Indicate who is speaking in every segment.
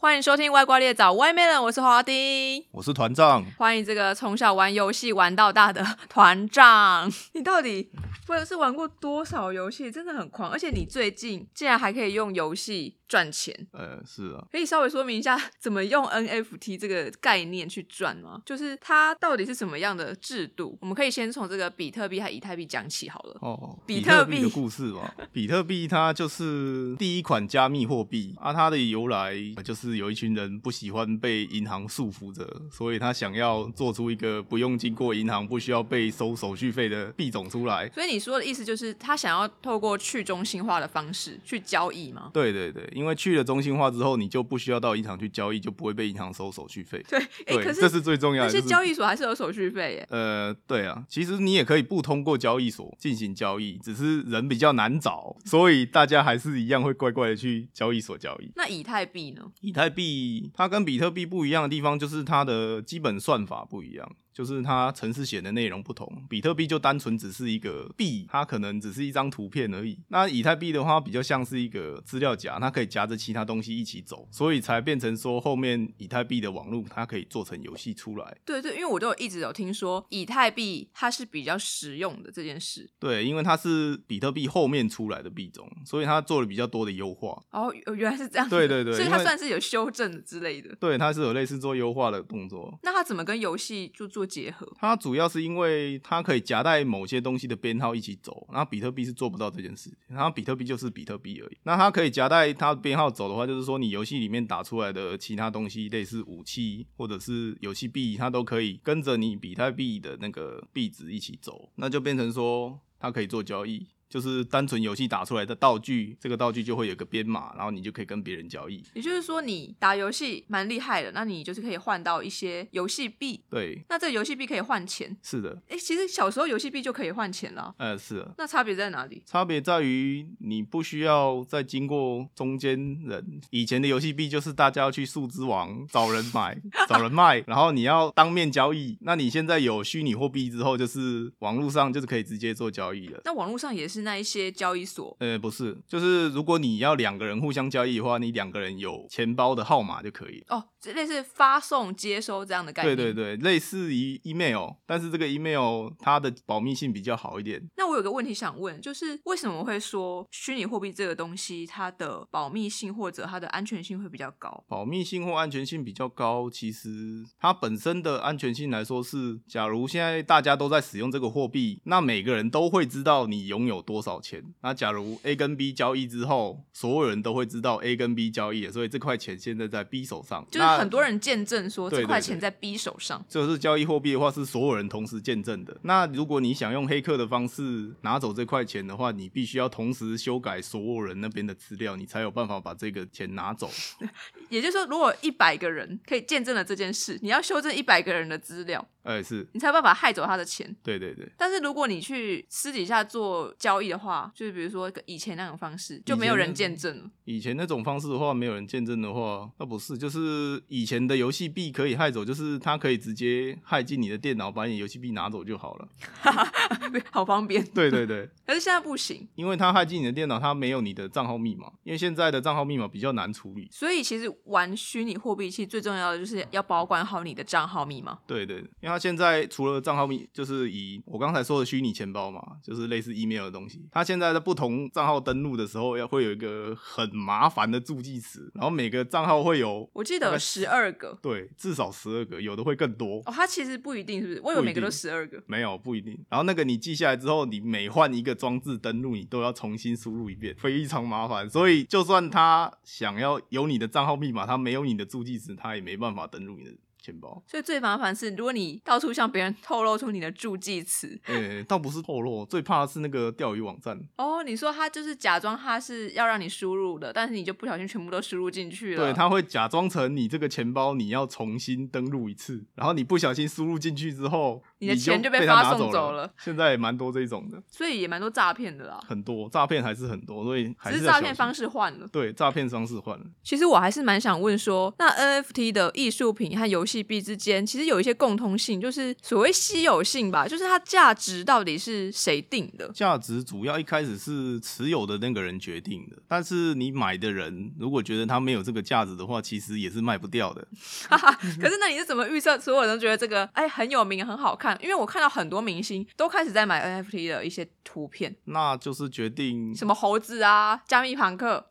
Speaker 1: 欢迎收听《外挂猎枣》外面人，我是华丁。
Speaker 2: 我是 团长，
Speaker 1: 欢迎这个从小玩游戏玩到大的 团长，你到底或者是玩过多少游戏？真的很狂，而且你最近竟然还可以用游戏赚钱，
Speaker 2: 呃，是啊，
Speaker 1: 可以稍微说明一下怎么用 NFT 这个概念去赚吗？就是它到底是什么样的制度？我们可以先从这个比特币和以太币讲起好了。
Speaker 2: 哦，
Speaker 1: 比
Speaker 2: 比
Speaker 1: 特
Speaker 2: 特
Speaker 1: 币
Speaker 2: 币的故事 吧。比特币它就是第一款加密货币啊，它的由来呃就是有一群人不喜欢被银行束缚着，所以他想要做出一个不用经过银行、不需要被收手续费的币种出来。
Speaker 1: 所以你说的意思就是，他想要透过去中心化的方式去交易吗？
Speaker 2: 对对对，因为去了中心化之后，你就不需要到银行去交易，就不会被银行收手续费。
Speaker 1: 对，哎、
Speaker 2: 对，
Speaker 1: 可
Speaker 2: 这是最重要
Speaker 1: 那
Speaker 2: 的。
Speaker 1: 些
Speaker 2: 就是
Speaker 1: 交易所还是有手续费耶。
Speaker 2: 呃，对啊，其实你也可以不通过交易所进行交易，只是人比较难找，所以大家还是一样会乖乖的去交易所交易。
Speaker 1: 那以太币呢？
Speaker 2: 以太币它跟比特币不一样的地方，就是它的基本算法不一样。就是它城市写的内容不同，比特币就单纯只是一个币，它可能只是一张图片而已。那以太币的话，比较像是一个资料夹，它可以夹着其他东西一起走，所以才变成说后面以太币的网络它可以做成游戏出来。
Speaker 1: 对对，因为我都有一直有听说以太币它是比较实用的这件事，
Speaker 2: 对，因为它是比特币后面出来的币种，所以它做了比较多的优化。
Speaker 1: 哦，原来是这样子，
Speaker 2: 对对对
Speaker 1: 所以
Speaker 2: 因
Speaker 1: 它
Speaker 2: 为
Speaker 1: 算是有修正之类的。
Speaker 2: 对，它是有类似做优化的动作。
Speaker 1: 那它怎么跟游戏就做结合？
Speaker 2: 它主要是因为它可以夹带某些东西的编号一起走，然后比特币是做不到这件事。然后比特币就是比特币而已。那它可以夹带它的编号走的话，就是说你游戏里面打出来的其他东西，类似武器或者是游戏币，它都可以跟着你比特币的那个币值一起走，那就变成说它可以做交易。就是单纯游戏打出来的道具，这个道具就会有个编码，然后你就可以跟别人交易。
Speaker 1: 也就是说，你打游戏蛮厉害的，那你就是可以换到一些游戏币，
Speaker 2: 对，
Speaker 1: 那这个游戏币可以换钱。
Speaker 2: 是的，
Speaker 1: 哎，其实小时候游戏币就可以换钱了，啊
Speaker 2: 呃，是的。
Speaker 1: 那差别在哪里？
Speaker 2: 差别在于你不需要再经过中间人。以前的游戏币就是大家要去数之网找人买、找人卖，然后你要当面交易。那你现在有虚拟货币之后，就是网络上就是可以直接做交易了。
Speaker 1: 那网络上也是那一些交易所，
Speaker 2: 呃，不是，就是如果你要两个人互相交易的话，你两个人有钱包的号码就可以了。
Speaker 1: 哦，这类似发送、接收这样的概
Speaker 2: 对
Speaker 1: 念。
Speaker 2: 对。对，类似于 email，但是这个 email 它的保密性比较好一点，
Speaker 1: 那我有个问题想问，就是为什么会说虚拟货币这个东西，它的保密性或者它的安全性会比较高？
Speaker 2: 保密性或安全性比较高，其实它本身的安全性来说是，假如现在大家都在使用这个货币，那每个人都会知道你拥有多少钱。那假如 A 跟 B 交易之后，所有人都会知道 A 跟 B 交易了，所以这块钱现在在 B 手上，
Speaker 1: 就是
Speaker 2: 那
Speaker 1: 很多。人见证说
Speaker 2: 对
Speaker 1: 这
Speaker 2: 对
Speaker 1: 块
Speaker 2: 对
Speaker 1: 钱在 B 手上，
Speaker 2: 就是交易货币的话，是所有人同时见证的。那如果你想用黑客的方式拿走这块钱的话，你必须要同时修改所有人那边的资料，你才有办法把这个钱拿走。
Speaker 1: 也就是说，如果一百个人可以见证了这件事，你要修正一百个人的资料，
Speaker 2: 哎、是
Speaker 1: 你才有办法害走他的钱。
Speaker 2: 对对对。
Speaker 1: 但是如果你去私底下做交易的话，就是比如说以前那种方式，就没有
Speaker 2: 以前那
Speaker 1: 人见证了。
Speaker 2: 以前那种方式的话，没有人见证的话，那不是就是以前的游戏币可以害走，就是它可以直接害进你的电脑，把你的游戏币拿走就好了。
Speaker 1: 好方便。
Speaker 2: 对对对，
Speaker 1: 可是现在不行，
Speaker 2: 因为它害进你的电脑，它没有你的账号密码，因为现在的账号密码比较难处理。
Speaker 1: 所以其实玩虚拟货币，其实最重要的就是要保管好你的账号密码。
Speaker 2: 对对，对因为它现在除了账号密，就是以我刚才说的虚拟钱包嘛，就是类似 email 的东西。它现在在不同账号登录的时候，要会有一个很麻烦的助记词，然后每个账号会有
Speaker 1: 我记
Speaker 2: 大
Speaker 1: 得有
Speaker 2: 概
Speaker 1: 十二个，
Speaker 2: 对至少十二个，有的会更多。
Speaker 1: 哦，它其实不一定，是不是？我以为
Speaker 2: 不一
Speaker 1: 每个都
Speaker 2: 定
Speaker 1: 十二个。
Speaker 2: 没有，不一定。然后那个你记下来之后，你每换一个装置登录，你都要重新输入一遍，非常麻烦。所以就算他想要有你的账号密码，他没有你的助记词，他也没办法登录你的钱包。
Speaker 1: 所以最麻烦是，如果你到处向别人透露出你的助记词，
Speaker 2: 呃、倒不是透露，最怕的是那个钓鱼网站，
Speaker 1: 哦，你说他就是假装他是要让你输入的，但是你就不小心全部都输入进去了。
Speaker 2: 对，他会假装成你这个钱包，你要重新登录一次，然后你不小心输入进去之后，
Speaker 1: 你的钱就
Speaker 2: 就
Speaker 1: 被发
Speaker 2: 他拿
Speaker 1: 送
Speaker 2: 走
Speaker 1: 走了
Speaker 2: 了。现在也蛮多这种的，
Speaker 1: 所以也蛮多诈骗的啦，
Speaker 2: 很多诈骗还是很多，所以还
Speaker 1: 只是
Speaker 2: 要
Speaker 1: 诈
Speaker 2: 小
Speaker 1: 骗
Speaker 2: 心
Speaker 1: 方式换了。
Speaker 2: 对诈骗方式换了。
Speaker 1: 其实我还是蛮想问说，那 NFT 的艺术品和游戏戏币之间其实有一些共通性，就是所谓稀有性吧，就是它价值到底是谁定的？
Speaker 2: 价值主要一开始是持有的那个人决定的，但是你买的人如果觉得它没有这个价值的话，其实也是卖不掉的。
Speaker 1: 可是那你是怎么预测所有人都觉得这个哎很有名很好看？因为我看到很多明星都开始在买 NFT 的一些图片，
Speaker 2: 那就是决定
Speaker 1: 什么猴子啊、加密朋克，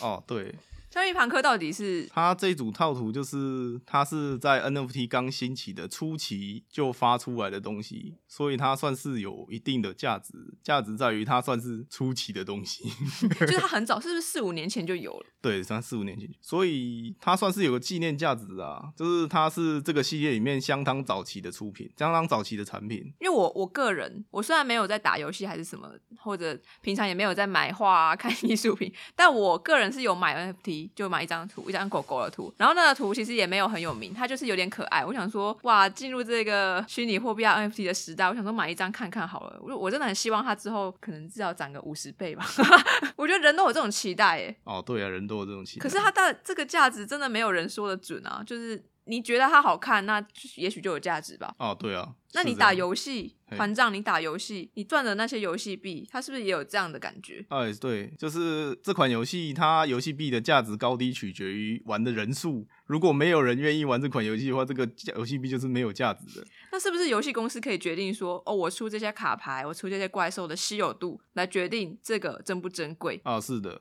Speaker 2: 哦，对，
Speaker 1: 加密朋克到底 是
Speaker 2: 它这组套图就是它是在 NFT 刚兴起的初期就发出来的东西，所以它算是有一定的价值，价值在于它算是初期的东西。
Speaker 1: 就是它很早，是不是四五年前就有了？
Speaker 2: 对，三四五年前，所以它算是有个纪念价值啊，就是它是这个系列里面相当早期的出品，相当早期的产品。
Speaker 1: 因为我我个人，我虽然没有在打游戏还是什么，或者平常也没有在买画啊、 看艺术品，但我个人是有买 NFT，就买一张图，一张狗狗的图。然后那个图其实也没有很有名，它就是有点可爱。我想说，哇，进入这个虚拟货币啊 NFT 的时代，我想说买一张看看好了。我我真的很希望它之后可能至少涨个五十倍吧。 我觉得人都有这种期待耶。
Speaker 2: 哦，对啊，人都有这种期待。
Speaker 1: 可是它的这个价值真的没有人说的准啊，就是你觉得它好看，那也许就有价值吧。
Speaker 2: 哦，对啊，
Speaker 1: 那你
Speaker 2: 是这样
Speaker 1: 打游戏
Speaker 2: 嘿
Speaker 1: 团战，你打游戏，你赚的那些游戏币，它是不是也有这样的感觉？
Speaker 2: 哎，对，就是这款游戏，它游戏币的价值高低取决于玩的人数。如果没有人愿意玩这款游戏的话，这个价游戏币就是没有价值的。
Speaker 1: 那是不是游戏公司可以决定说，哦，我出这些卡牌，我出这些怪兽的稀有度，来决定这个珍不珍贵？
Speaker 2: 啊，是的，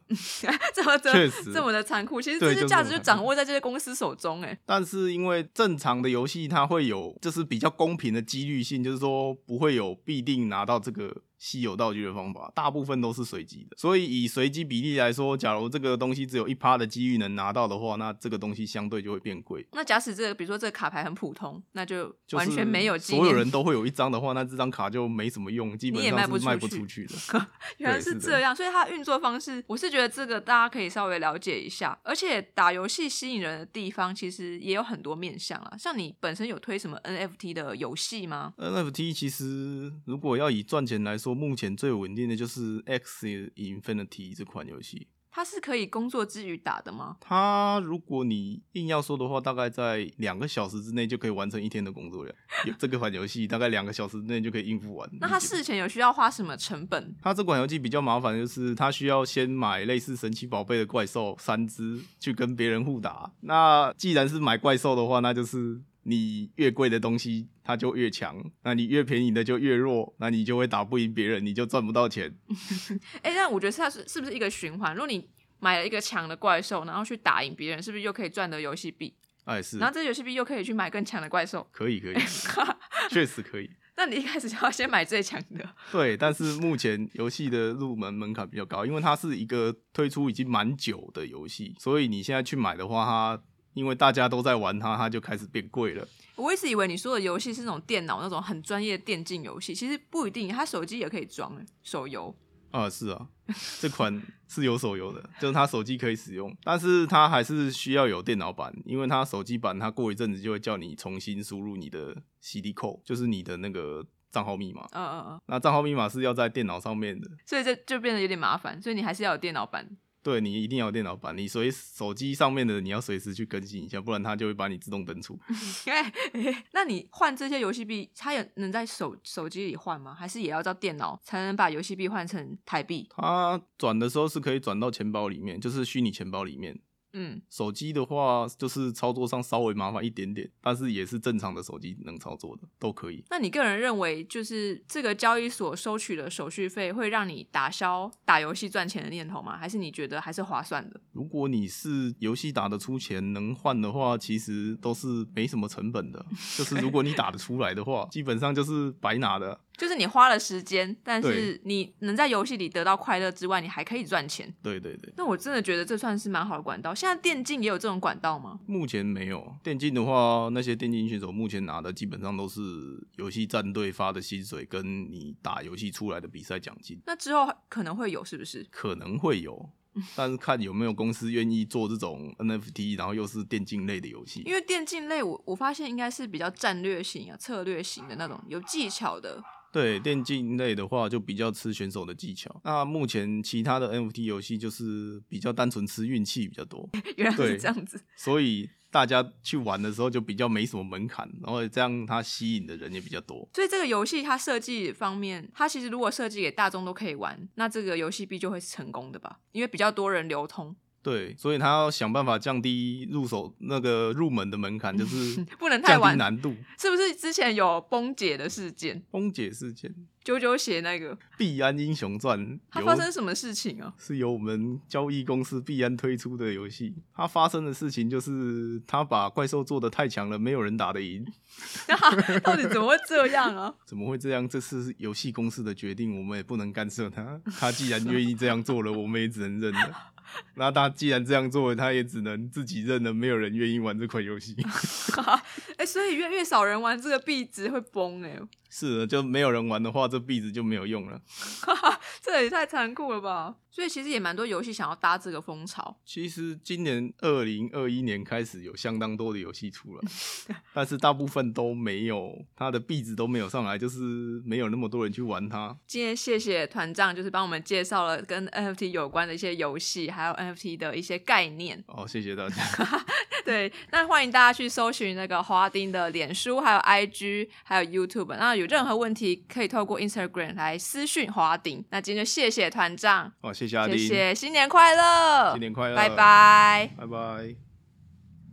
Speaker 1: 这么
Speaker 2: 确
Speaker 1: 的
Speaker 2: 实
Speaker 1: 这么的残酷，其实
Speaker 2: 对
Speaker 1: 这些
Speaker 2: 就
Speaker 1: 价
Speaker 2: 这
Speaker 1: 值
Speaker 2: 么
Speaker 1: 就
Speaker 2: 残
Speaker 1: 掌
Speaker 2: 酷
Speaker 1: 握在这些公司手中、哎，
Speaker 2: 但是因为正常的游戏它会有就是比较公平的几率性，就是说不会有必定拿到这个稀有道具的方法，大部分都是随机的。所以以随机比例来说，假如这个东西只有一趴的机遇能拿到的话，那这个东西相对就会变贵。
Speaker 1: 那假使这个，比如说这个卡牌很普通，那就
Speaker 2: 就是
Speaker 1: 完全没有纪
Speaker 2: 所有
Speaker 1: 念。
Speaker 2: 人都会有一张的话，那这张卡就没什么用，基本
Speaker 1: 你也
Speaker 2: 上
Speaker 1: 卖
Speaker 2: 是
Speaker 1: 不出
Speaker 2: 卖不
Speaker 1: 去
Speaker 2: 出去的。
Speaker 1: 原来
Speaker 2: 对
Speaker 1: 是
Speaker 2: 是的
Speaker 1: 这样，所以它运作方式，我是觉得这个大家可以稍微了解一下。而且打游戏吸引人的地方，其实也有很多面向啦。像你本身有推什么 NFT 的游戏吗？
Speaker 2: NFT 其实如果要以赚钱来说，目前最稳定的就是 X Infinity 这款游戏。
Speaker 1: 它是可以工作之余打的吗？
Speaker 2: 它如果你硬要说的话，大概在两个小时之内就可以完成一天的工作量。有这个款游戏大概两个小时之内就可以应付完。
Speaker 1: 那它
Speaker 2: 理解
Speaker 1: 事前有需要花什么成本？
Speaker 2: 它这款游戏比较麻烦，就是它需要先买类似神奇宝贝的怪兽三只去跟别人互打。那既然是买怪兽的话，那就是你越贵的东西它就越强，那你越便宜的就越弱，那你就会打不赢别人，你就赚不到钱。
Speaker 1: 哎、那我觉得它是是不是一个循环？如果你买了一个强的怪兽，然后去打赢别人，是不是又可以赚得游戏币？
Speaker 2: 哎，是
Speaker 1: 然后这游戏币又可以去买更强的怪兽？
Speaker 2: 可以可以，确实可以。
Speaker 1: 那你一开始就要先买最强的。
Speaker 2: 对，但是目前游戏的入门门槛比较高，因为它是一个推出已经蛮久的游戏，所以你现在去买的话，它因为大家都在玩它，它就开始变贵了。
Speaker 1: 我一直以为你说的游戏是那种电脑那种很专业的电竞游戏，其实不一定，它手机也可以装欸手游。
Speaker 2: 啊，是啊，这款是有手游的，就是它手机可以使用，但是它还是需要有电脑版，因为它手机版它过一阵子就会叫你重新输入你的 CD code，就是你的那个账号密码。
Speaker 1: 嗯嗯嗯，
Speaker 2: 那账号密码是要在电脑上面的，
Speaker 1: 所以这就变得有点麻烦，所以你还是要有电脑版。
Speaker 2: 对你一定要有电脑版，你随手机上面的你要随时去更新一下，不然它就会把你自动登出。
Speaker 1: 那你换这些游戏币，它也能在手手机里换吗？还是也要到电脑才能把游戏币换成台币？
Speaker 2: 它转的时候是可以转到钱包里面，就是虚拟钱包里面。
Speaker 1: 嗯，
Speaker 2: 手机的话，就是操作上稍微麻烦一点点，但是也是正常的手机能操作的，都可以。
Speaker 1: 那你个人认为，就是这个交易所收取的手续费会让你打消打游戏赚钱的念头吗？还是你觉得还是划算的？
Speaker 2: 如果你是游戏打得出钱能换的话，其实都是没什么成本的。就是如果你打得出来的话，基本上就是白拿的。
Speaker 1: 就是你花了时间，但是
Speaker 2: 对
Speaker 1: 你能在游戏里得到快乐之外，你还可以赚钱。
Speaker 2: 对对对，
Speaker 1: 那我真的觉得这算是蛮好的管道。现在电竞也有这种管道吗？
Speaker 2: 目前没有电竞的话，那些电竞选手目前拿的基本上都是游戏战队发的薪水，跟你打游戏出来的比赛奖金
Speaker 1: 那之后可能会有，是不是？
Speaker 2: 可能会有。但是看有没有公司愿意做这种 NFT，然后又是电竞类的游戏
Speaker 1: 因。为电竞类我，我发现应该是比较战略型啊、策略型的那种，有技巧的。
Speaker 2: 对电竞类的话，就比较吃选手的技巧。那目前其他的 NFT 游戏就是比较单纯吃运气比较多，
Speaker 1: 原来是
Speaker 2: 对
Speaker 1: 这样子，
Speaker 2: 所以大家去玩的时候就比较没什么门槛，然后这样它吸引的人也比较多。
Speaker 1: 所以这个游戏它设计方面，它其实如果设计给大众都可以玩，那这个游戏币就会是成功的吧？因为比较多人流通，
Speaker 2: 对，所以他要想办法降低入手那个入门的门槛，就是
Speaker 1: 不能太
Speaker 2: 降低
Speaker 1: 晚，
Speaker 2: 难度。
Speaker 1: 是不是？之前有崩解的事件，
Speaker 2: 崩解事件，《
Speaker 1: 九九写那个，
Speaker 2: 币安英雄传》
Speaker 1: 它
Speaker 2: 由
Speaker 1: 发生什么事情啊？
Speaker 2: 是由我们交易公司币安推出的游戏。它发生的事情就是，它把怪兽做的太强了，没有人打得赢。
Speaker 1: 到底怎么会这样 啊？
Speaker 2: 怎么会这样？这是游戏公司的决定，我们也不能干涉他。 他既然愿意这样做了，我们也只能认了。 那他既然这样做了，他也只能自己认了。没有人愿意玩这款游戏，
Speaker 1: 哎、所以越越少人玩这个币值会崩哎、
Speaker 2: 是的，就没有人玩的话，这币值就没有用了。
Speaker 1: 这也太残酷了吧！所以其实也蛮多游戏想要搭这个风潮，
Speaker 2: 其实今年二零二一年开始有相当多的游戏出 了，但是大部分都没有，它的币值都没有上来，就是没有那么多人去玩它。
Speaker 1: 今天谢谢团长，就是帮我们介绍了跟 NFT 有关的一些游戏，还有 NFT 的一些概念。
Speaker 2: 哦，谢谢大家。
Speaker 1: 对，那欢迎大家去搜寻那个华丁的脸书，还有 IG，还有 YouTube。那有任何问题可以透过 Instagram 来私讯华丁。那今天就谢谢团长，
Speaker 2: 哦，谢谢阿丁，
Speaker 1: 谢谢，新年快乐，
Speaker 2: 新年快乐，
Speaker 1: 拜，拜。
Speaker 2: 拜拜。